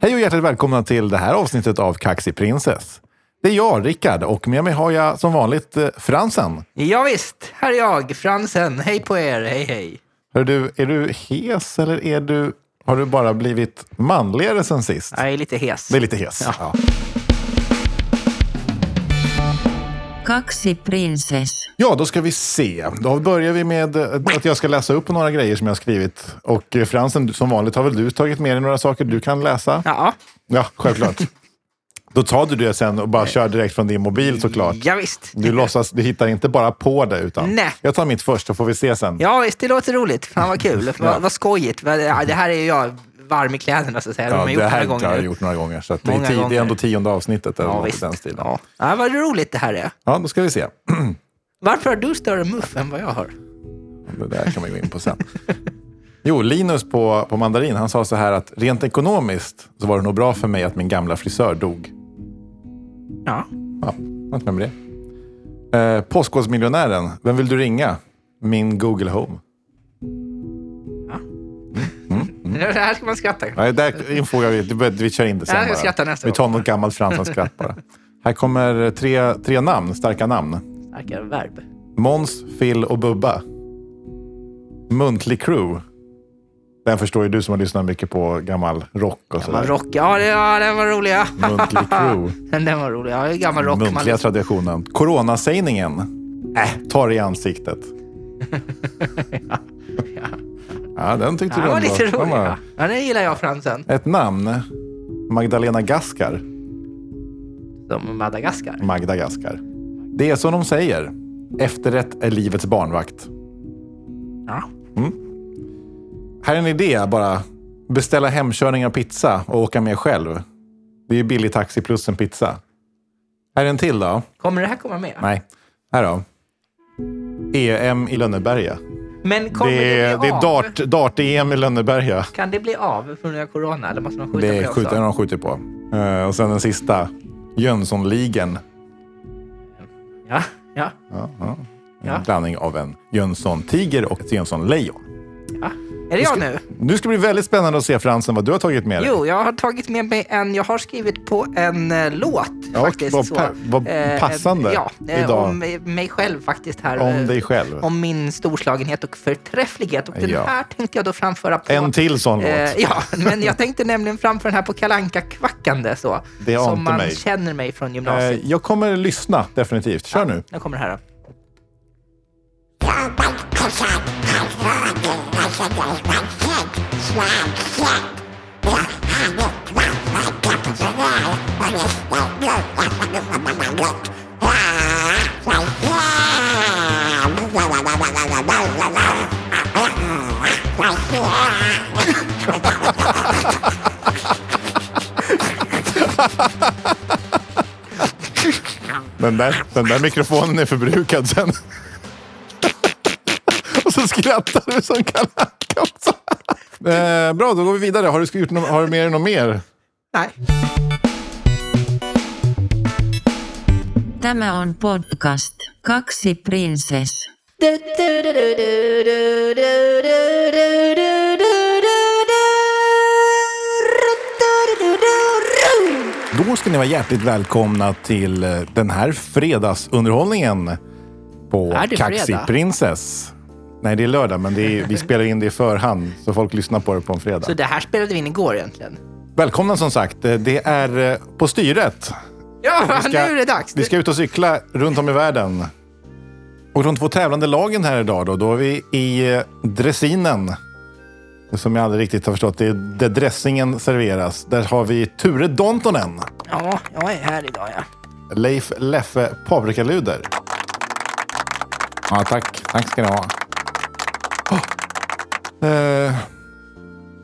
Hej och hjärtligt välkomna till det här avsnittet av Kaxi Princess. Det är jag, Rickard, och med mig har jag som vanligt eh, Fransen. Ja, visst, här är jag, Fransen. Hej på er, hej hej. Hör du, är du hes eller är du, har du bara blivit manligare sen sist? Jag är lite hes. Det är lite hes. Ja. Ja. Kaksi prinsess. Ja, då ska vi se. Då börjar vi med eh, att jag ska läsa upp några grejer som jag har skrivit. Och eh, Fransen, du- som vanligt har väl du tagit med dig några saker du kan läsa? Ja, Ja, självklart. Då tar du det sen och bara kör direkt från din mobil såklart. ja, visst. Du låtsas, du hittar inte bara på det utan. Nej. Jag tar mitt först så får vi se sen. Ja, visst, det låter roligt. Fan vad kul. Vad- Vad skojigt. Vad- ja, Det här är ju jag varm i kläderna, så att säga. De har det gjort det här här gånger. har jag gjort några gånger. Så att det, är Många ti- det är ändå gånger. tionde avsnittet. Eller Ja, något i visst. den stilen. Ja. Ja. ja, vad roligt det här är. då ska vi se. Varför har du större muff än vad jag har? Det där kan man gå in på sen. Jo, Linus på, på Mandarin, han sa så här att rent ekonomiskt så var det nog bra för mig att min gamla frisör dog. Ja. Ja, något med det. Eh, Postkodmiljonären, vem vill du ringa? Min Google Home. Mm. Det här ska man skratta. Nej, där infogar vi. Du behöver- Vi kör in det sen Ja, jag bara. skrattar nästa Vi tar gång. något gammalt Fransson-skratt bara. Här kommer tre, tre namn, starka namn. Starkare verb. Måns, Phil och Bubba. Muntlig crew. Den förstår ju du som har lyssnat mycket på gammal rock och Man sådär. rock. Ja, det, ja, den var rolig. ja. Muntlig crew. den var rolig. Ja, det är gammal rock. man- Muntliga traditionen. Coronasägningen. Äh, ta det i ansiktet. ja, den tyckte du Ja, den var ändå. lite Den rolig. var- Ja, Ja, den gillar jag, Fransen. Ett namn. Magdalena Gaskar. Som Madagaskar. Magda Gaskar. Det är som de säger. Efterrätt är livets barnvakt. Ja. Här är en idé bara. Beställa hemkörning av pizza och åka med själv. Det är ju billig taxi plus en pizza. Här är en till då. Kommer det här komma med? Nej. Här då. EM i Lönneberga. Men kommer Det det, är, det bli är av? dart, dart-EM i Lönneberga. Kan det bli av på grund av corona? Eller måste man skjuta Det på är det också? skjuten de skjuter på. Eh, och sen den sista. Jönssonligen. Ja, ja, En Ja. blandning av en Jönsson-tiger och ett Jönsson-lejon. ja. Är det jag nu? Nu ska det bli väldigt spännande att se Fransen vad du har tagit med dig. Jo, jag har tagit med mig en... Jag har skrivit på en eh, låt Ja, faktiskt. vad så. pa- vad Eh, passande ja, eh, idag. om mig- mig själv faktiskt här. Om eh, dig själv. Om min storslagenhet och förträfflighet. Och den Ja. här tänkte jag då framföra på... En till sån låt. Eh, ja, men jag tänkte nämligen framföra den här på kalanka kvackande så. Det ante som man mig. känner mig från Eh, gymnasiet. Jag kommer lyssna definitivt. Kör nu. Nu kommer det här. då. Den där, den där mikrofonen är förbrukad sen. Och så skrattar du som kalanka också. Eh, bra, då går vi vidare. Har du, gjort no- har du med dig något mer? Nej. Tämä on podcast. Kaksi prinsess. Då ska ni vara hjärtligt välkomna till eh, den här fredagsunderhållningen på Är det Kaxi fredag? Princess. Nej, det är lördag, men det är, vi spelar in det i förhand så folk lyssnar på det på en fredag. Så det här spelade vi in igår egentligen. Välkomna som sagt. Eh, Det är eh, På styret Ja, nu är det dags. Vi ska ut och cykla runt om i världen. Och de två tävlande lagen här idag då, då är vi i eh, dressinen. Som jag aldrig riktigt har förstått, det är där dressingen serveras. Där har vi Ture Dontonen, Ja, jag är här idag ja. Leif Leffe Paprikaluder. Ja, tack. Tack ska ni ha. Oh. Eh,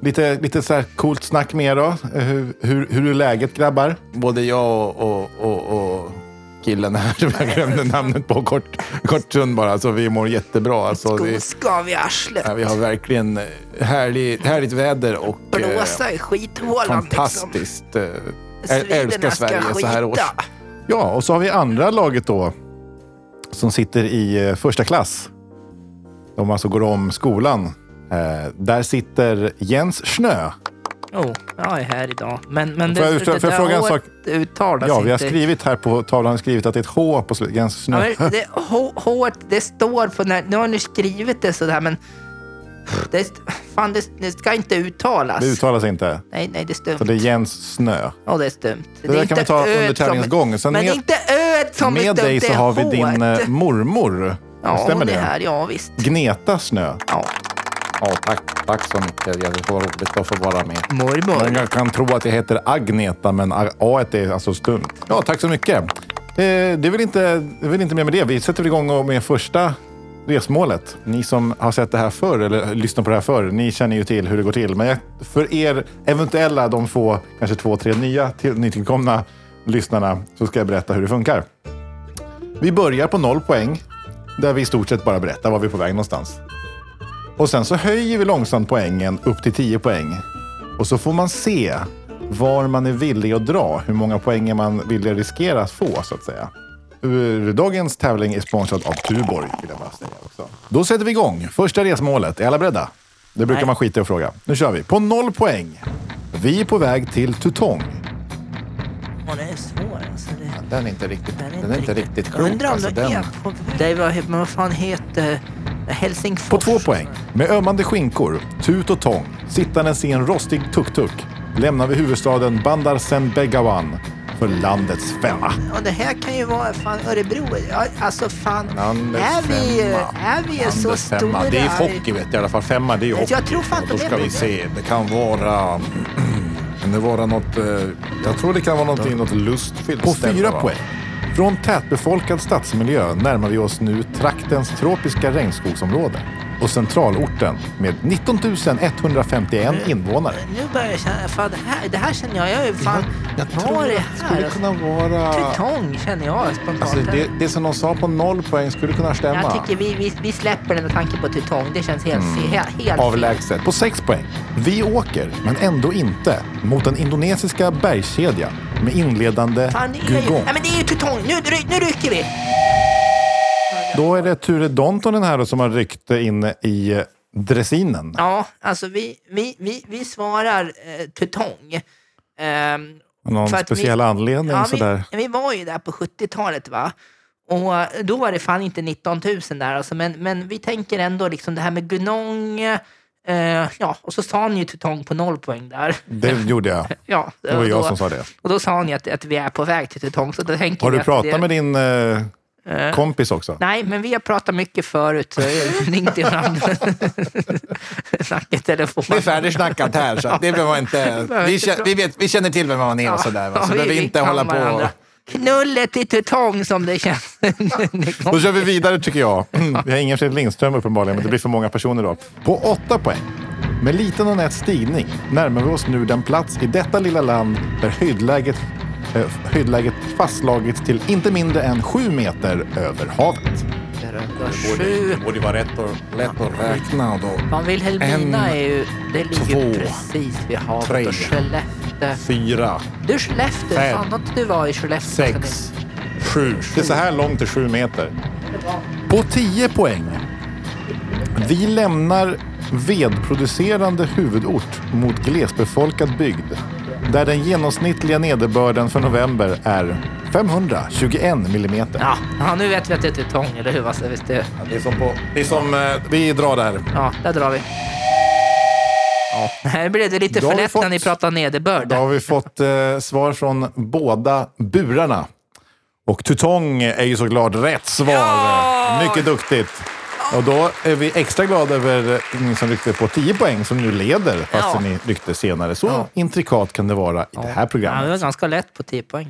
lite lite så här coolt snack med er då. Eh, Hur, hur, hur är läget grabbar? Både jag och, och, och killen här som jag glömde namnet på kort, kort stund bara. Alltså, vi mår jättebra. Alltså, vi, Skoskav i arslet. vi har verkligen eh, härlig, härligt väder och eh, Blåsa i skithålan liksom. fantastiskt. eh, Sviderna Älskar ska Sverige så här års. skita. Ja, och så har vi andra laget då som sitter i eh, första klass. De alltså går om skolan. Eh, där sitter Jens Snö Oh, jag är här idag. Men, men Får jag det, utfråga- det, får jag där fråga en H sak? uttalas Ja, inte. vi har skrivit här på tavlan skrivit att det är ett H på slutet. Ganska Ja, snyggt. men det, H, H, det står på... När, nu har ni skrivit det sådär, men... Det, fan, det, det ska inte uttalas. Det uttalas inte. nej, nej, det är Så stumt. det är Jens Snö. Ja, det är stumt. Det, där kan vi ta under tävlingens gång. Men Sen det är med, inte öet som är med stumt, dig det så är har vi H't. din eh, mormor. Ja, Stämmer hon är det? här. Ja, visst. Gneta Snö. Ja, Ja, tack, tack så mycket. Det var roligt att få vara med. mormor. Många kan tro att jag heter Agneta, men A A är alltså stumt. Ja, tack så mycket. Eh, Det är väl inte, det är väl inte mer med det. Vi sätter väl igång med första resmålet. Ni som har sett det här förr, eller lyssnat på det här förr, ni känner ju till hur det går till. Men jag, för er eventuella, de få, kanske två, tre nya till, nytillkomna lyssnarna, så ska jag berätta hur det funkar. Vi börjar på noll poäng, där vi i stort sett bara berättar var vi är på väg någonstans. Och sen så höjer vi långsamt poängen upp till 10 poäng. Och så får man se var man är villig att dra, hur många poäng man vill riskera att få, så att säga. Ur- Dagens tävling är sponsrad av Tuborg, vill jag bara säga också. Då sätter vi igång. Första resmålet. Är alla beredda? Det brukar Nej. man skita i att fråga. Nu kör vi. På noll poäng. Vi är på väg till Tutong. Hon är svår alltså. Det... Den är inte riktigt, alltså Den är inte, riktigt, Undrar om det är på Det var, men vad fan heter eh, Helsingfors? På två poäng. Med ömmande skinkor, tut och tång, sittandes i en rostig tuk-tuk lämnar vi huvudstaden Bandar Zembegawad för landets femma. Ja, det här kan ju vara fan Örebro. Ja, Alltså fan, Landets är vi, femma. är vi så Landets femma. stora? Det är hockey vet jag, i alla fall. Femma, det är ju Jag hockey. tror fan Och att Då de är ska på vi det. se. Det kan vara... Kan det vara något... eh, Jag tror det kan vara någonting, något lustfyllt På ställe, fyra va? poäng. Från tätbefolkad stadsmiljö närmar vi oss nu traktens tropiska regnskogsområde och centralorten med 19 151 invånare. Nu börjar jag känna, fan det här, det här känner jag, jag är fan, vad är det här? skulle Alltså, kunna vara... Tutong känner jag spontant. Alltså, det, det som de sa på noll poäng skulle kunna stämma. jag tycker vi, vi, vi släpper den med tanke på tutong. Det känns helt, Mm. helt, helt Avlägset. På sex poäng. Vi åker, men ändå inte, mot den indonesiska bergskedjan med inledande Fan, det är ju, Gugong. nej, men det är ju tutong. Nu, ry- nu rycker vi. Då är det Ture Dontonen här då som har ryckt in i dressinen. Ja, alltså vi, vi, vi, vi svarar eh, tutong. Ehm, Någon för att vi- speciell anledning sådär? Vi, vi var ju där på 70-talet va. Och då var det fan inte 19 000 där alltså, men, men vi tänker ändå liksom det här med Gunong. Eh, ja, och så sa ni ju tutong på noll poäng där. Det gjorde jag. Ja, Mm. Det var och jag då, som sa det. Och då sa ni att, att vi är på väg till tutong. Så då tänker Har vi du att pratat det, med din eh, kompis också? Nej, men vi har pratat mycket förut. Så jag ringde varandra. Snacka i telefon. Det är färdigsnackat här, så att det behöver inte... Vi, kä- vi, vet, vi känner till vem man är och sådär. Va? Så behöver vi inte kan hålla på... varandra. Knullet i tutong som det känns. Det kom- Då kör vi vidare tycker jag. Vi har ingen Fredrik Lindström uppenbarligen, men det blir för många personer då. På åtta poäng. Med liten och nätt stigning närmar vi oss nu den plats i detta lilla land där höjdläget, eh, höjdläget fastslagits till inte mindre än sju meter över havet. Sju. Det borde vara rätt och, lätt att räkna då. Fan, Vilhelmina En, är ju... Det ligger två, precis vid havet. tre, och Skellefteå. Fyra, Du, Skellefteå. fem, fan, har inte du varit i Skellefteå? sex, sju. Det är så här långt till sju meter. På 10 poäng. Vi lämnar vedproducerande huvudort mot glesbefolkad bygd. Där den genomsnittliga nederbörden för november är 521 millimeter. Ja, ja, nu vet vi att det är tutong, eller hur? Vassa, visst det? Det är som på... Det är som... eh, Vi drar där. Ja, där drar vi. Här blev det lite Då har för vi lätt när fått- ni pratade nederbörd. Då har vi fått eh, svar från båda burarna. Och Tutong är ju såklart rätt svar. Ja! Mycket duktigt. Och då är vi extra glada över eh, ni som ryckte på 10 poäng som nu leder fast Ja. ni ryckte senare. Så intrikat kan det vara i det här Ja, det programmet. var ganska lätt på 10 poäng.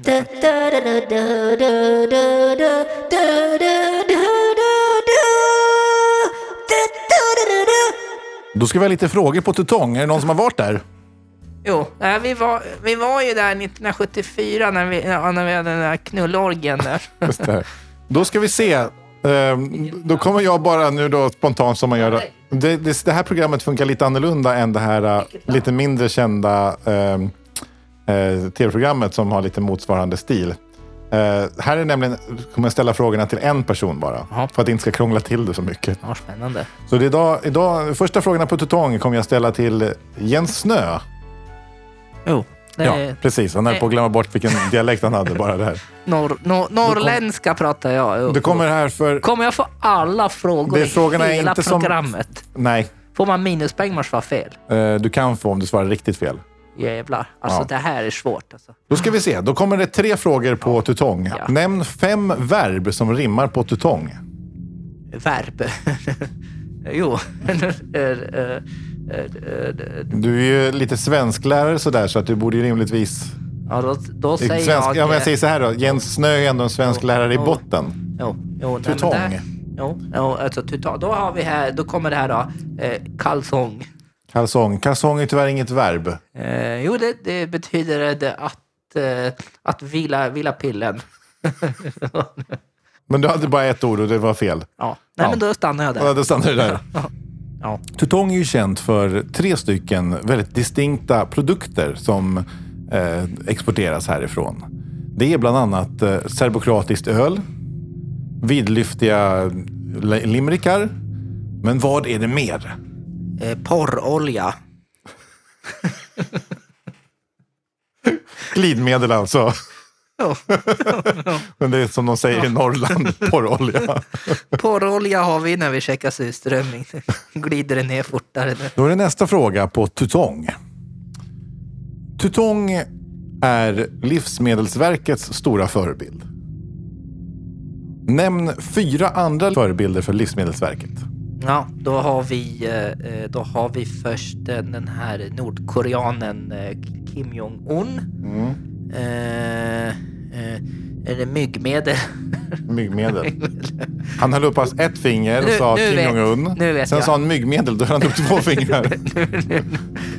Då ska vi ha lite frågor på Tutong. Är det någon som har varit där? Jo, nej, vi, var, vi var ju där 1974 när vi, ja, när vi hade den där knullorgien där. Just det. Då ska vi se. Ehm, Då kommer jag bara nu då spontant som man gör. Det, det, det här programmet funkar lite annorlunda än det här eh, lite mindre kända ehm, eh, tv-programmet som har lite motsvarande stil. Eh, här är nämligen, kommer jag ställa frågorna till en person bara. Ja. För att det inte ska krångla till det så mycket. Ja, spännande. Så det är idag, idag, första frågorna på Tutong kommer jag ställa till Jens Snö. Jo. Det Ja, är precis. Han höll på att glömma bort vilken dialekt han hade bara där. norr, norr, norrländska pratar jag. Jo. Du kommer här för... Kommer jag få alla frågor Det är frågorna är i hela inte som- programmet? Nej, Får man minuspoäng om man svarar fel? eh, du kan få om du svarar riktigt fel. Jävlar. Alltså Ja. det här är svårt. Alltså. Då ska vi se. Då kommer det tre frågor på tutong. Ja. Nämn fem verb som rimmar på tutong. Verb. jo. Eh, eh, Du är ju lite svensklärare sådär, så att du borde ju rimligtvis... ja, då, då säger svensk... jag... Ja, men eh, jag säger så här då. Jens Snö är ändå en svensklärare i Ja. botten. Jo, jo, nej, men Tutong. där- Jo, jo, alltså tutong. Då har vi här, då kommer det här då, eh, kalsong. Kalsong. Kalsong är tyvärr inget verb. Eh, jo, det, det betyder det att, eh, att vila, vila pillen. Men du hade bara ett ord och det var fel. ja. Nej, Ja. men då stannar jag Ja, där. då stannar du där. Ja. Tutong är ju känt för tre stycken väldigt distinkta produkter som eh, exporteras härifrån. Det är bland annat eh, serbokratiskt öl, vidlyftiga li- limrikar. Men vad är det mer? Eh, porrolja. Glidmedel alltså. Jo, Men det är som de säger i Norrland, porrolja. porrolja har vi när vi käkar surströmming. Glider det ner fortare nu. Då är det nästa fråga på tutong. Tutong är Livsmedelsverkets stora förebild. Nämn fyra andra förebilder för Livsmedelsverket. Ja, då har vi, eh, eh, då har vi först eh, den här nordkoreanen eh, Kim Jong-Un. Eh, eh, är det myggmedel? Myggmedel. Han höll upp hans ett finger och Nu- sa nu Kim vet- Jong-Un. nu vet Sen jag. sa han myggmedel, då höll han upp två fingrar.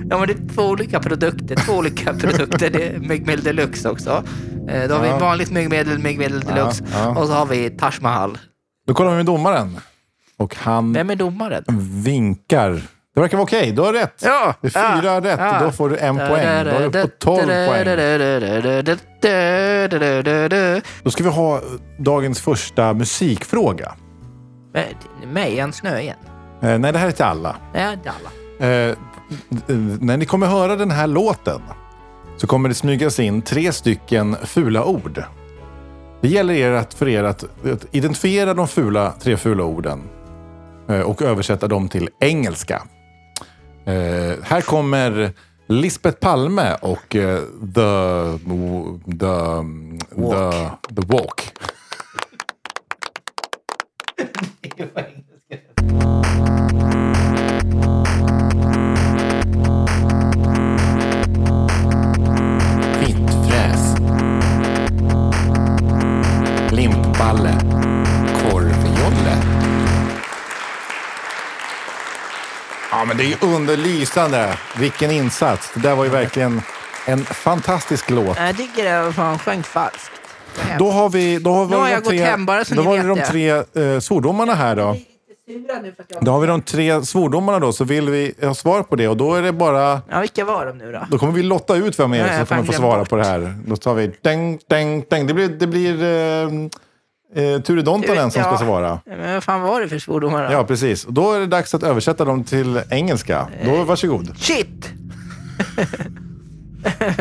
ja, men det är två olika produkter. Två olika produkter. Det är myggmedel deluxe också. Eh, då har Ja. vi vanligt myggmedel, myggmedel deluxe. ja. Och så har vi Taj Mahal. Då kollar vi med domaren. Och han Vem är domaren? vinkar. Det verkar vara okej, du har rätt. Ja, Ah. det är fyra ja, rätt ja. och då får du en poäng. Då är du på tolv poäng. poäng. Då ska vi ha dagens första musikfråga. Mig, en snö igen. Eh, nej, det här är till alla. Nej, inte alla. Eh, eh, när ni kommer höra den här låten så kommer det smygas in tre stycken fula ord. Det gäller er att, för er att, att identifiera de fula, tre fula orden eh, och översätta dem till engelska. Eh, här kommer Lisbeth Palme och eh, the, the, Walk. the, the Walk. Fittfräs. Limpballe. Korvjolle. Ja, men det är ju underlysande. Vilken insats. Det där var ju verkligen en fantastisk låt. Jag tycker det var fan sjöng falskt. Då har vi... Då har vi Nu har de jag gått tre- hem, bara så Då ni var vet det de det. tre eh, svordomarna här då. Då har vi de tre svordomarna då, så vill vi ha svar på det. Och då är det bara... Ja, vilka var de nu då? Då kommer vi lotta ut vem Ja, av er som jag kommer fan få glömt svara bort. på det här. Då tar vi däng, däng, däng. Det blir, det blir eh, eh, Ture Dontonen som ska Ja. svara. Men vad fan var det för svordomar då? Ja, precis. Och Då är det dags att översätta dem till engelska. Då varsågod. Shit!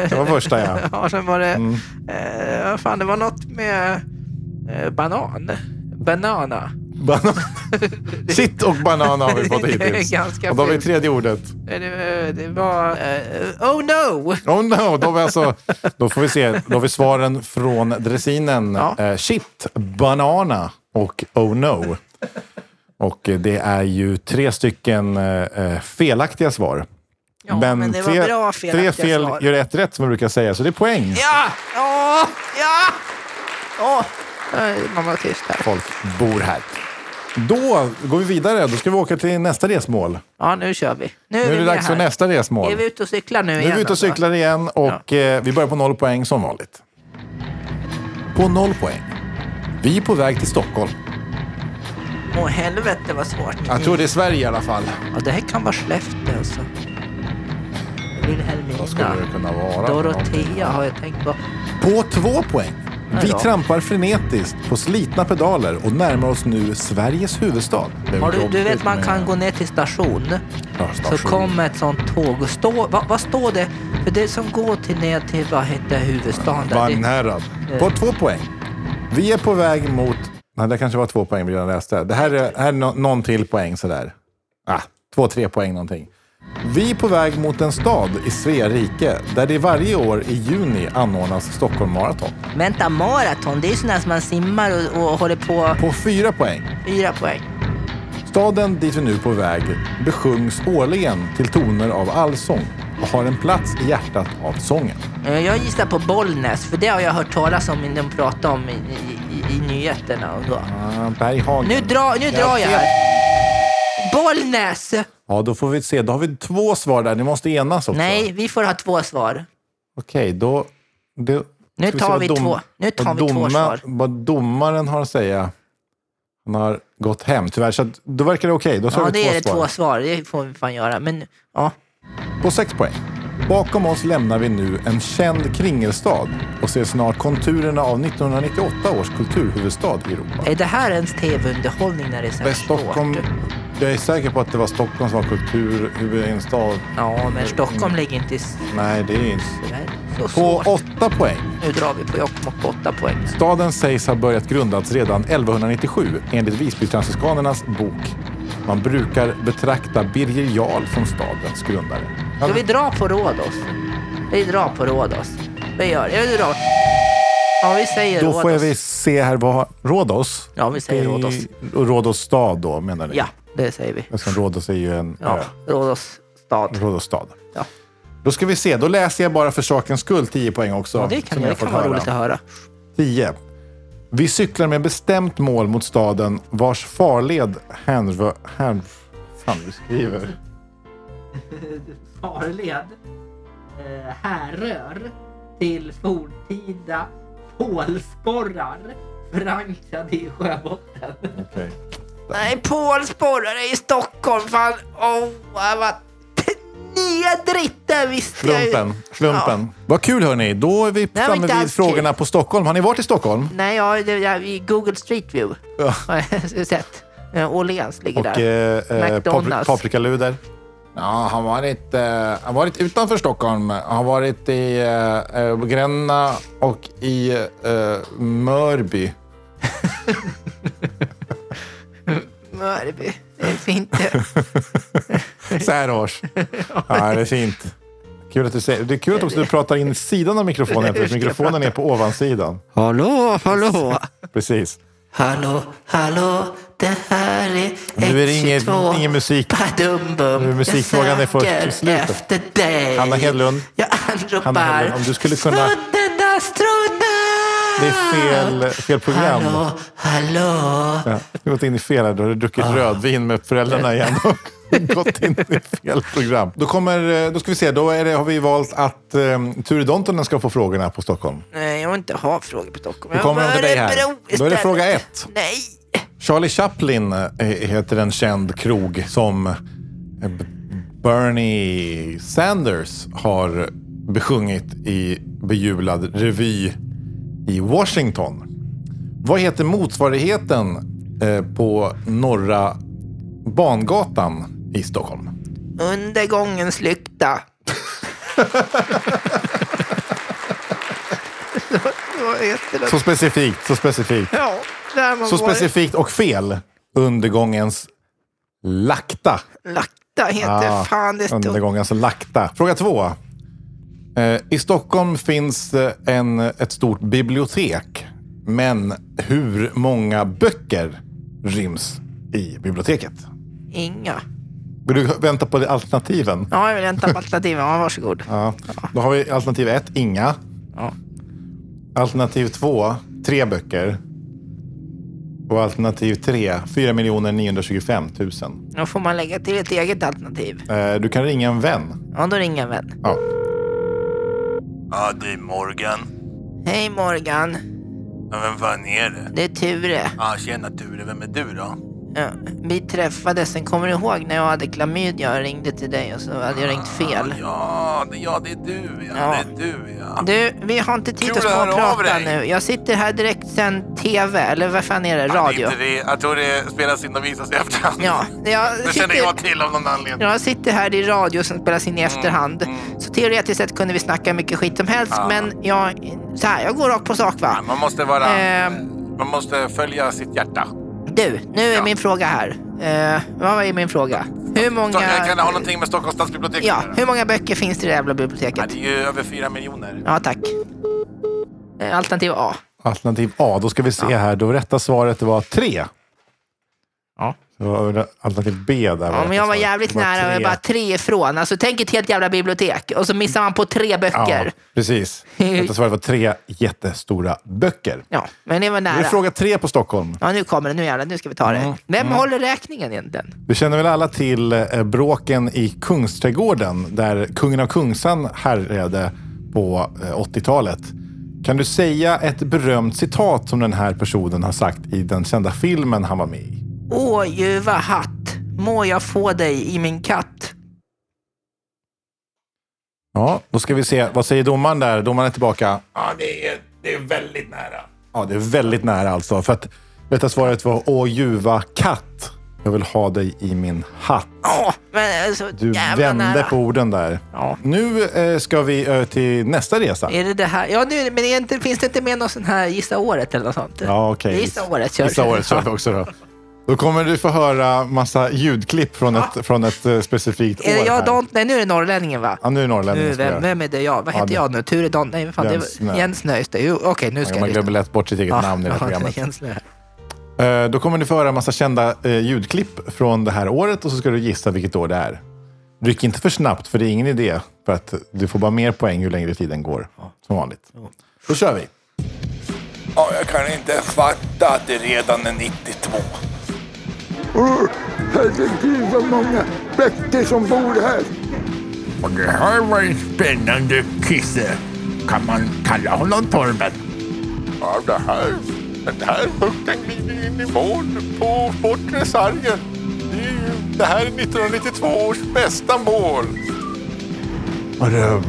Det var första ja. Ja, sen var det... Mm. Eh, vad fan, det var något med eh, banan. Banana. Banan. Shit och banan har vi fått Det är hittills. ganska Och då har vi fult. tredje ordet. Eh, Det, det var... Eh, oh no! Oh no, då, har vi alltså, då får vi se. Då har vi svaren från dressinen. Ja. Eh, shit, banana och oh no. Och eh, det är ju tre stycken eh, eh, felaktiga svar. Ja, men det var tre, bra tre felaktiga fel svar. gör ett rätt som man brukar säga, så det är poäng. Ja! Ja! Ja! Åh! Eh, Man var tyst här. Folk bor här. Då går vi vidare. Då ska vi åka till nästa resmål. Ja, nu kör vi. Nu Nu är det med dags för här. nästa resmål. Är vi ute och cyklar nu Nu igen? är vi ute och alltså? cyklar igen och eh, vi börjar på noll poäng som vanligt. På noll poäng. Vi är på väg till Stockholm. Åh helvete vad svårt. Jag tror det är Sverige i alla fall. Ja, det här kan vara Skellefteå alltså. Vad skulle Vilhelmina. det kunna vara? Dorotea har jag tänkt på. På två poäng. Vi trampar frenetiskt på slitna pedaler och närmar oss nu Sveriges huvudstad. Har du, du vet, man kan gå ner till station. Ja, Så station. kommer ett sånt tåg. Och stå, vad, vad står det? För det som går till ner till, vad heter huvudstaden? där, det- Vagnhärad. På två poäng. Vi är på väg mot... Nej, det kanske var två poäng vi redan läste. Det här är, här är nå- någon till poäng sådär. Ah, två, tre poäng någonting. Vi är på väg mot en stad i Svea rike där det varje år i juni anordnas Stockholm Marathon. Vänta, maraton, det är ju sånt där som man simmar och, och håller på. På fyra poäng. Fyra poäng. Staden dit vi nu är på väg besjungs årligen till toner av allsång och har en plats i hjärtat av sången. Eh, Jag gissar på Bollnäs, för det har jag hört talas om när de pratar om i, i, i- i nyheterna. Och så. Ah, Berghagen. Nu, dra, nu drar jag här. Bollnäs! Ja, då får vi se. Då har vi två svar där. Ni måste enas också. Nej, vi får ha två svar. Okej, då... Det, Nu ska se tar vad vi två. Nu tar vad vi två svar. Vad domaren har att säga. Han har gått hem tyvärr, så att, då verkar det okej. Då tar Ja, vi det är det två svar. två svar. Det får vi fan göra. Men ja, På sex poäng. Bakom oss lämnar vi nu en känd kringelstad och ser snart konturerna av 1998 års kulturhuvudstad i Europa. är det här ens tv-underhållning när det är så Det här är Stockholm... svårt? Jag är säker på att det var Stockholm som var kulturhuvudstad. Ja, men Stockholm ligger inte i Sverige. Nej, det är inte... Så Mm. På svårt. åtta poäng. Nu drar vi på Jokkmokk på åtta poäng. Staden sägs ha börjat grundats redan 1197 enligt Visbytransfiskanernas bok. Man brukar betrakta Birger Jarl som stadens grundare. Så vi drar på Rhodos. Vi drar på Rhodos. Vi gör det. Vi drar. Ja, vi säger Då Rhodos. får vi se här vad Rhodos. Ja, vi säger i- Rhodos. och Rhodos stad då menar ni? Ja, det säger vi. Eftersom Rhodos är ju en Ja, ö. Rhodos stad. Rhodos stad. Ja. Då ska vi se. Då läser jag bara för sakens skull 10 poäng också. Ja, det kan, som det jag kan fått vara höra. roligt att höra. 10. Vi cyklar med bestämt mål mot staden vars farled hänvö... Hänv... Fan, vi skriver. Farled, eh, härrör till forntida pålsporrar förankrade i sjöbotten. Okej. Nej, pålsporrar i Stockholm. Fan, åh, vad nedrigt. Det visste jag ju. Slumpen. Slumpen. Vad kul hörni. Då är vi var framme inte vid alls kul. frågorna på Stockholm. Har ni varit i Stockholm? Nej, ja, det, jag, i Google Street View Ja. har jag sett. Eh, Åhléns ligger Och där. eh, eh, papri- McDonald's. paprikaluder. Ja, han har varit, eh, har varit utanför Stockholm. Han har varit i eh, eh, Gränna och i eh, Mörby. Mörby. Det är fint. Särhårs. ja, det är fint. Kul att du säger. Det är kul att också du pratar in i sidan av mikrofonen. eftersom Mikrofonen är på ovansidan. hallå, hallå! Precis. Hallå, hallå, det här är Nu är det ingen, X22. ingen musik. Badum-bum. Nu är musikfrågan är först Jag söker i slutet. efter dig. Hanna Hedlund. Jag Hanna Hedlund, anropar. om du skulle kunna- Strunten där, strunten! Det är fel, fel program. Hallå, hallå. Ja, du har gått in i fel här. Du har druckit Ah. rödvin med föräldrarna igen och gått in i fel program. Då, kommer, eh, då ska vi se, då är det, har vi valt att um, Ture Dontonen ska få frågorna på Stockholm. Nej, jag vill inte ha frågor på Stockholm. Då Jag kommer de vill till ha dig här. Örebro Då är det istället. fråga ett. Nej. Charlie Chaplin eh, heter en känd krog som eh, B- Bernie Sanders har besjungit i bejublad revy i Washington. Vad heter motsvarigheten eh, på Norra Bangatan i Stockholm? Undergångens lykta. Vad heter det? Så specifikt, så specifikt. Ja, där man Så var- specifikt och fel. Undergångens lakta. Lakta heter Ah, fan det stod. Undergångens lakta. Fråga två. Eh, I Stockholm finns eh, en, ett stort bibliotek. Men hur många böcker ryms i biblioteket? Inga. Vill du vänta på det- alternativen? Ja, jag vill vänta på alternativen. Ja, varsågod. Ja. Då har vi alternativ ett, inga. Ja. Alternativ två, tre böcker. Och alternativ tre, 4 925 000. Då får man lägga till ett eget alternativ. Eh, du kan ringa en vän. Ja, då ringer en vän. Ja. Ja, det är Morgan. Hej Morgan, Ja, vem fan är det? det är Ture. Ja, tjena Ture. Vem är du då? Ja, vi träffades, sen kommer du ihåg när jag hade klamydia och ringde till dig och så hade jag ringt fel? Ja, det, ja, det är du ja. Ja. Det är du ja. Du, vi har inte tid Kul att att höra av småprata dig. nu. Jag sitter här direkt sen TV, eller vad fan är det? Ja, det är Radio? inte det. Jag tror det spelas in och visas i efterhand. Ja, Det jag känner sitter, jag Mm, till av någon anledning. jag sitter här i radio som spelas in i efterhand. Så teoretiskt sett kunde vi snacka mycket skit som helst, Ja. men jag, så här, jag går rakt på sak va. Ja, Man måste vara... Ehm. Man måste följa sitt hjärta. Du, nu är Ja. min fråga här. Eh, vad är min fråga? Hur Så många, jag kan ha någonting med Stockholms stadsbibliotek ja, att göra. hur många böcker finns det i det jävla ja, biblioteket? Det är ju över fyra miljoner. Ja, tack. Eh, Alternativ A. Alternativ A, då ska vi se här. Då rätta svaret var tre. Ja. Det var väl alternativ B där. Ja, men jag var jävligt nära och jag är bara tre ifrån. Alltså, tänk ett helt jävla bibliotek och så missar man på tre Ja, böcker. Ja, precis. Rätta svaret var tre jättestora böcker. men det var Nu är nära. det fråga tre på Stockholm. Ja, nu kommer det. Nu jävlar, nu ska vi ta det. Vem håller räkningen egentligen? Du känner väl alla till eh, bråken i Kungsträdgården där kungen av Kungsan härjade på eh, 80-talet. Kan du säga ett berömt citat som den här personen har sagt i den kända filmen han var med i? Åh, ljuva hatt, må jag få dig i min katt. Ja, då ska vi se. Vad säger domaren där? Domaren är tillbaka. Ja, det är, det är väldigt nära. Ja, det är väldigt nära alltså. För att rätta svaret var Åh ljuva katt. Jag vill ha dig i min hatt. Åh, men alltså, Du jävla vände nära. på orden där. Ja. Nu eh, ska vi över till nästa resa. Är det det här? Ja, nu, men är inte, finns det inte med någon sån här gissa året eller något sånt? Ja, okej. Gissa året kör Vissa året kör vi också då. Då kommer du få höra massa ljudklipp från ett, från ett eh, specifikt Är år. det jag här. Don't? Nej, nu är det norrlänningen va? Ja, nu är det Nu, norrlänningen som vem, gör. vem är det jag? Vad heter det- jag nu? Ture Don? Nej, vad fan, Jens det Snö. var Jens Snö. just det. Jo, Okej, nu ska Man jag glömmer lyssna. lätt bort sitt eget namn i det här programmet. Jens Snö. Eh, Då kommer du få höra massa kända eh, ljudklipp från det här året och så ska du gissa vilket år det är. Ryck inte för snabbt, för det är ingen idé. För att du får bara mer poäng ju längre tiden går. Som vanligt. Då kör vi. Ja, jag kan inte fatta att det redan är 92. Herregud vad många böcker som bor här. Och det här var en spännande kisse. Kan man kalla honom Torben? Ja, det här, den här bukten glider in i mål på bortre sargen. Det, är ju- det här är 1992 års bästa mål. Vadå?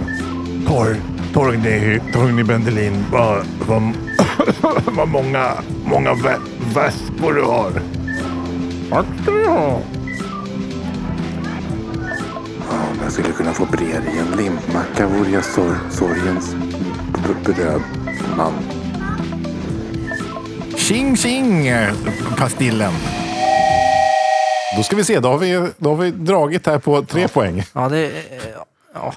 Tor, Torgny, Torgny Bendelin, vad, vad, vad många, många vä, väskor du har. Tack ska du ha. Om jag skulle kunna få brer i en limpmacka vore jag sor, sorgens bröd man. Tjing tjing, eh, Pastillen. Då ska vi se. Då har vi, då har vi dragit här på tre poäng. Ja, det... eh, Ja.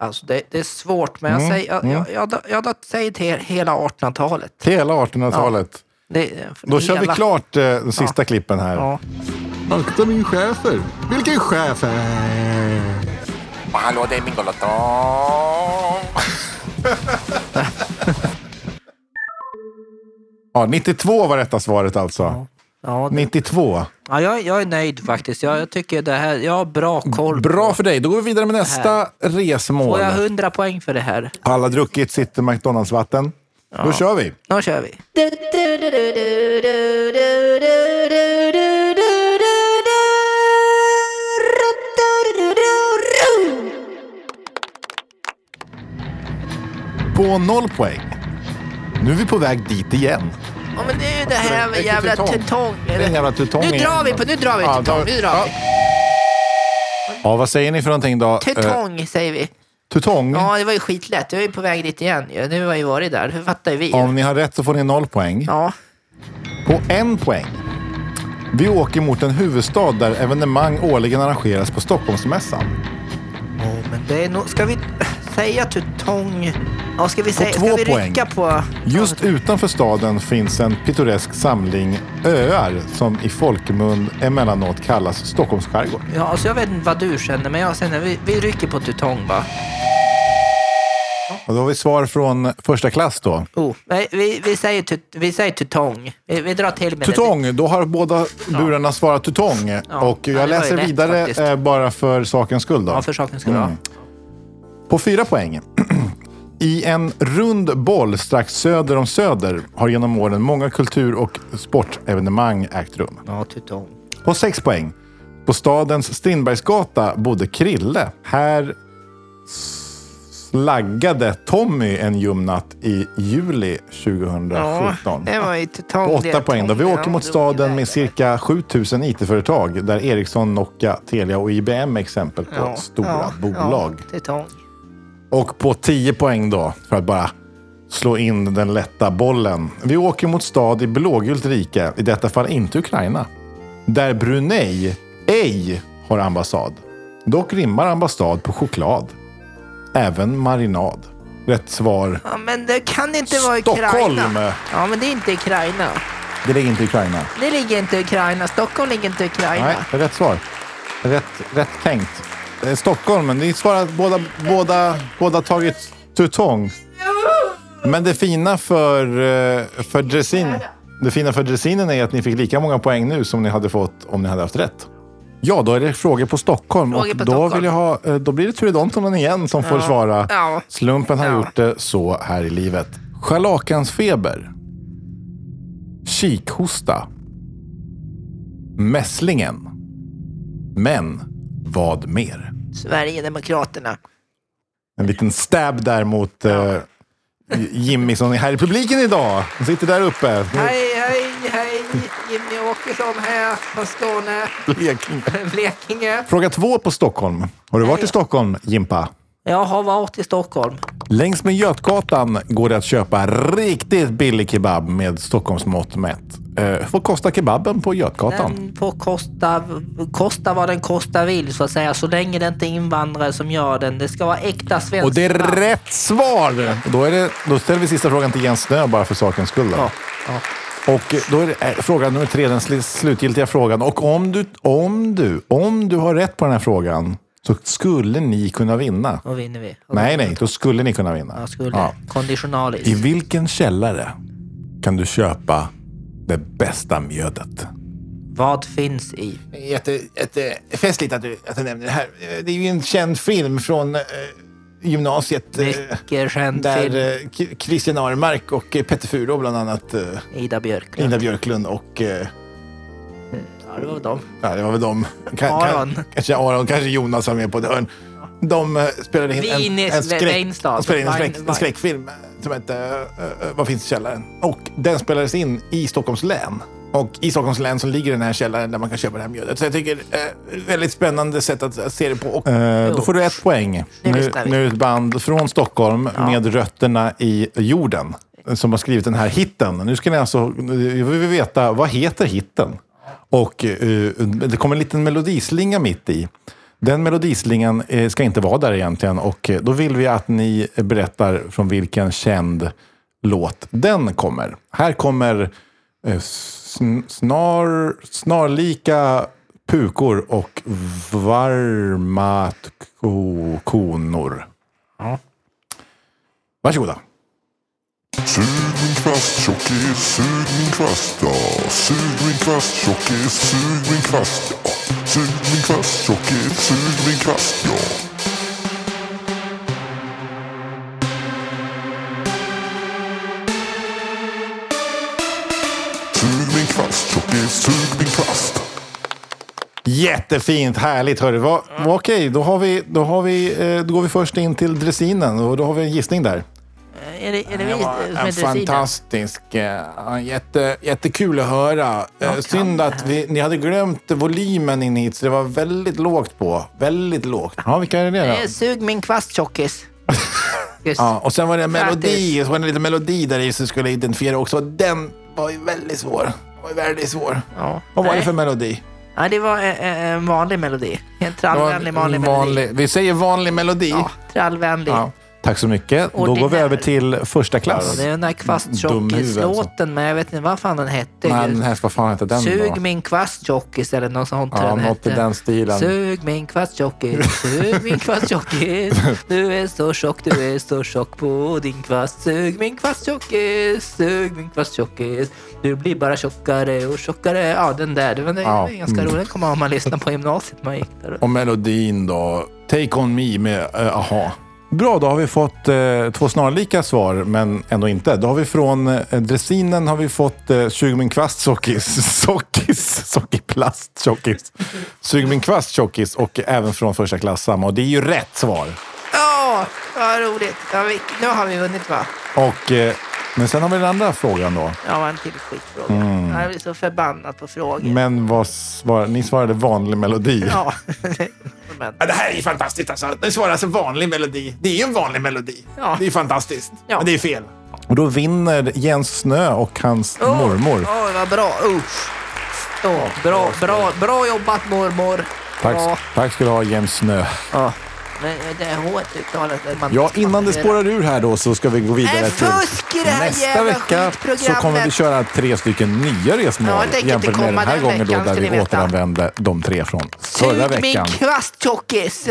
Alltså, det, det är svårt, men jag Mm, säger, jag, jag, jag, jag, jag säger till er hela 1800-talet. Hela 1800-talet. Det, Då kör vi hela- klart eh, de sista klippen här. Ja. Akta min chefer. Vilken chefer? Hallå, det är Mingolotto. Ja, 92 var rätta svaret alltså. Ja, det, 92. ja, jag, jag är nöjd faktiskt. Jag, jag tycker det här... Jag har bra koll. Bra för dig. Då går vi vidare med nästa resmål. Får jag 100 poäng för det här? Alla har druckit sitt McDonalds-vatten. Då kör vi. Nu kör vi. På noll poäng. Nu är vi på väg dit igen. Ja, men det är ju det här med Vilken jävla tutong. tutong. Det är en jävla tutong Nu igen. drar vi på... Nu drar vi Ja, tutong. då- Nu drar vi. Ja, vad säger ni för någonting då? Eh, Tutong säger vi. tutong. Ja, det var ju skitlätt. Jag är ju på väg dit igen. ju. Nu har jag ju varit där. Hur fattar ju vi? Om ni har rätt så får ni noll poäng. Ja. På en poäng. Vi åker mot en huvudstad där evenemang årligen arrangeras på Stockholmsmässan. Åh, men det är nog... Ska vi säga tutong? Ja, ska vi, säga... två ska vi poäng. rycka på... Just utanför staden finns en pittoresk samling öar som i folkmun emellanåt kallas Stockholms skärgård. Ja, alltså jag vet inte vad du känner, men jag känner... Vi, vi rycker på tutong, va? Och då har vi svar från första klass då. Oh, nej, vi, vi, säger tut, vi säger tutong. Vi, vi drar till med det. Tutong, då har båda burarna svarat tutong. Och Ja, det jag var läser ju rätt vidare faktiskt. eh, bara för sakens skull. Då. Ja, för sakens skull. ja. På fyra poäng. I en rund boll strax söder om Söder har genom åren många kultur och sportevenemang ägt rum. Ja, tutong. På sex poäng. På stadens Strindbergsgata bodde Krille. Här slaggade Tommy en ljumnatt i juli 2017. det var ju tutong. På det, åtta poäng då. Vi tutong. åker mot staden med cirka 7000 IT-företag där Ericsson, Nokia, Telia och IBM är exempel på Ja, stora ja, bolag. Ja, tutong. Och på 10 poäng då, för att bara slå in den lätta bollen. Vi åker mot stad i blågult rike, i detta fall inte Ukraina, där Brunei ej har ambassad. Dock rimmar ambassad på choklad, även marinad. Rätt svar Ja, men det kan inte vara Ukraina. Stockholm. Ja, men det är inte Ukraina. Det ligger inte i Ukraina. Det ligger inte i Ukraina. Stockholm ligger inte i Ukraina. Nej, det är rätt svar. Rätt, rätt tänkt. Eh, Stockholm, men ni svarar båda, båda, båda tagit tutong. Men det fina för, eh, för dressin, det fina för dressinen är att ni fick lika många poäng nu som ni hade fått om ni hade haft rätt. Ja, då är det frågor på Stockholm. Frågor och på då, Stockholm. Vill jag ha, eh, då blir det Turidontonen igen som får svara. Ja. Slumpen har Ja. gjort det så här i livet. Scharlakansfeber. Kikhosta. Mässlingen. Men vad mer? Sverigedemokraterna. En liten stab där mot eh, Jimmy som är här i publiken idag. Han sitter där uppe. Hej, hej, hej! Jimmy Åkesson här från Skåne, Blekinge. Blekinge. Fråga två på Stockholm. Har du varit i Stockholm, Jimpa? Jag har varit i Stockholm. Längs med Götgatan går det att köpa riktigt billig kebab med Stockholmsmått mätt. Eh, vad kostar kebaben på Götgatan? Den får kosta, kosta vad den kosta vill så att säga. Så länge det inte är invandrare som gör den. Det ska vara äkta svensk Och det är kebab. rätt svar! Då, är det, då ställer vi sista frågan till Jens Snö bara för sakens skull. Då. Ja, ja. Och då är det, eh, fråga nummer tre, den sl- slutgiltiga frågan. Och om du, om, du, om du har rätt på den här frågan så skulle ni kunna vinna. Då vinner vi. Och Nej, nej, då skulle ni kunna vinna. Jag skulle. Ja. Konditionalis. I vilken källare kan du köpa det bästa mjödet? Vad finns i? Jätte, jättefestligt att du, att du nämner det här. Eh, Det är ju en känd film från eh, gymnasiet. eh, Mycket känd där film. eh, K- Christian Aremark och eh, Petter Furu bland annat, eh, Ida Björklund. Ida Björklund och eh, Ja, det var de. ja, det var väl de. Kan, Aron. Kan, kanske Aron, kanske Jonas var med på det. De eh, spelade in en, Vinis- en, Weinstad. de spelade in en, skräck, Wein- en skräckfilm som hette eh, eh, Vad finns i källaren? Och den spelades in i Stockholms län. Och i Stockholms län så ligger den här källaren där man kan köpa det här mjödet. Så jag tycker eh, väldigt spännande sätt att, att se det på. Och, Eh, då får du ett poäng. Det Nu, lyssnar vi. nu är det ett band från Stockholm med rötterna i jorden eh, som har skrivit den här hitten. Nu ska ni alltså, eh, vi vill veta, vad heter hitten? Och eh, det kommer en liten melodislinga mitt i. Den melodislingan eh, ska inte vara där egentligen och eh, då vill vi att ni berättar från vilken känd låt den kommer. Här kommer eh, sn- snar, snarlika pukor och varma t- ko- konor. Varsågoda. kvast tjockis, sug min kvast, ja. Sug min kvast tjockis, sug min kvast, ja. Sug min kvast tjockis, sug min kvast, ja. Sug min kvast tjockis, sug min kvast. Jättefint, härligt hörru. Va, va, okej, då, har vi, då, har vi, eh, då går vi först in till dressinen och då har vi en gissning där. Är det, är det, Det vi var som är en dressinen? fantastisk... eh, Jätte, jättekul att höra. Eh, Synd att vi, ni hade glömt volymen in hit, så det var väldigt lågt på. Väldigt lågt. Ja, vilka är det då? Eh, Sug min kvast tjockis. Just. Ja, och sen var det en Grattis. melodi, så var det en liten melodi där i som skulle identifiera också. Den var ju väldigt svår. Den var ju väldigt svår. Ja. Vad var Nej. det för melodi? Ja, det var eh, eh, en vanlig melodi. En Det var en trallvänlig vanlig, melodi. vanlig- Vi säger vanlig melodi. Ja, trallvänlig. Ja. Tack så mycket. Då går vi Ordinär. över till första klass. Det är den där Dumhuvud, alltså. kvasttjockis-låten, men jag vet inte vad fan den hette. Nej, den här, vad fan heter den Sug då? min kvasttjockis eller något sånt. Ja, den något i hette. den stilen. Sug min kvasttjockis, sug min kvasttjockis. Du är så tjock, du är så tjock på din kvast. Sug min kvasttjockis, sug min kvasttjockis. Du blir bara tjockare och tjockare. Ja, den där. Det var det var ganska mm. rolig. Den kommer man ihåg om man lyssnade på gymnasiet. Man gick där. och- Och melodin då? Take on me med eh, Aha. Bra, då har vi fått eh, två snarlika svar, men ändå inte. Då har vi från eh, dressinen har vi fått eh, sug min kvast tjockis, sockis, sockiplast tjockis, sug min kvast tjockis och även från första klass samma. Och det är ju rätt svar. Åh, vad roligt. Ja, vi, nu har vi vunnit va? Och, eh, men sen har vi den andra frågan då. Ja, var en till skitfråga. Jag blir så förbannad på frågor. Mm. Men vad svar, ni svarade vanlig melodi. Ja. Men, Ja, det här är ju fantastiskt alltså. Det svarar alltså vanlig melodi. Det är ju en vanlig melodi. Ja. Det är ju fantastiskt. Ja. Men det är fel. Och då vinner Jens Snö och hans Åh, mormor. Åh, vad bra. Oh. Åh, bra, bra, bra jobbat mormor. Bra. Tack, tack ska du ha Jens Snö. Ja. Men det är hårt uttalat. att man Ja, inte ska innan det göra. spårar ur här då så ska vi gå vidare Nej, till fusk i det här nästa jävla vecka så skitprogrammet. kommer vi köra tre stycken nya resmål Ja, jag tänker inte jämfört med den komma här den gången veckan, då där ska ni vi veta. återanvände de tre från förra Sug min veckan. kvast tjockis!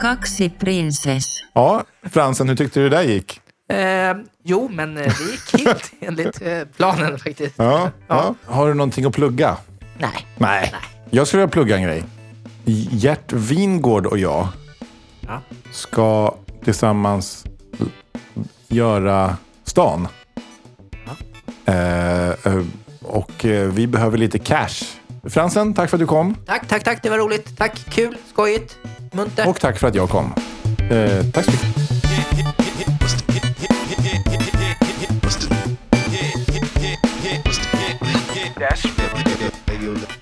Kaksi prinsess. Ja, Fransen, hur tyckte du det där gick? Eh, jo, men eh, det gick helt enligt eh, planen faktiskt. Ja, ja. Har du någonting att plugga? Nej. Nej. Jag skulle vilja plugga en grej. Gert Wingård och jag Ja. ska tillsammans göra stan. Eh, eh, och eh, vi behöver lite cash. Fransen, tack för att du kom. Tack, tack, tack. Det var roligt. Tack. Kul, skojigt, muntert. Och tack för att jag kom. Eh, tack så mycket. Dash.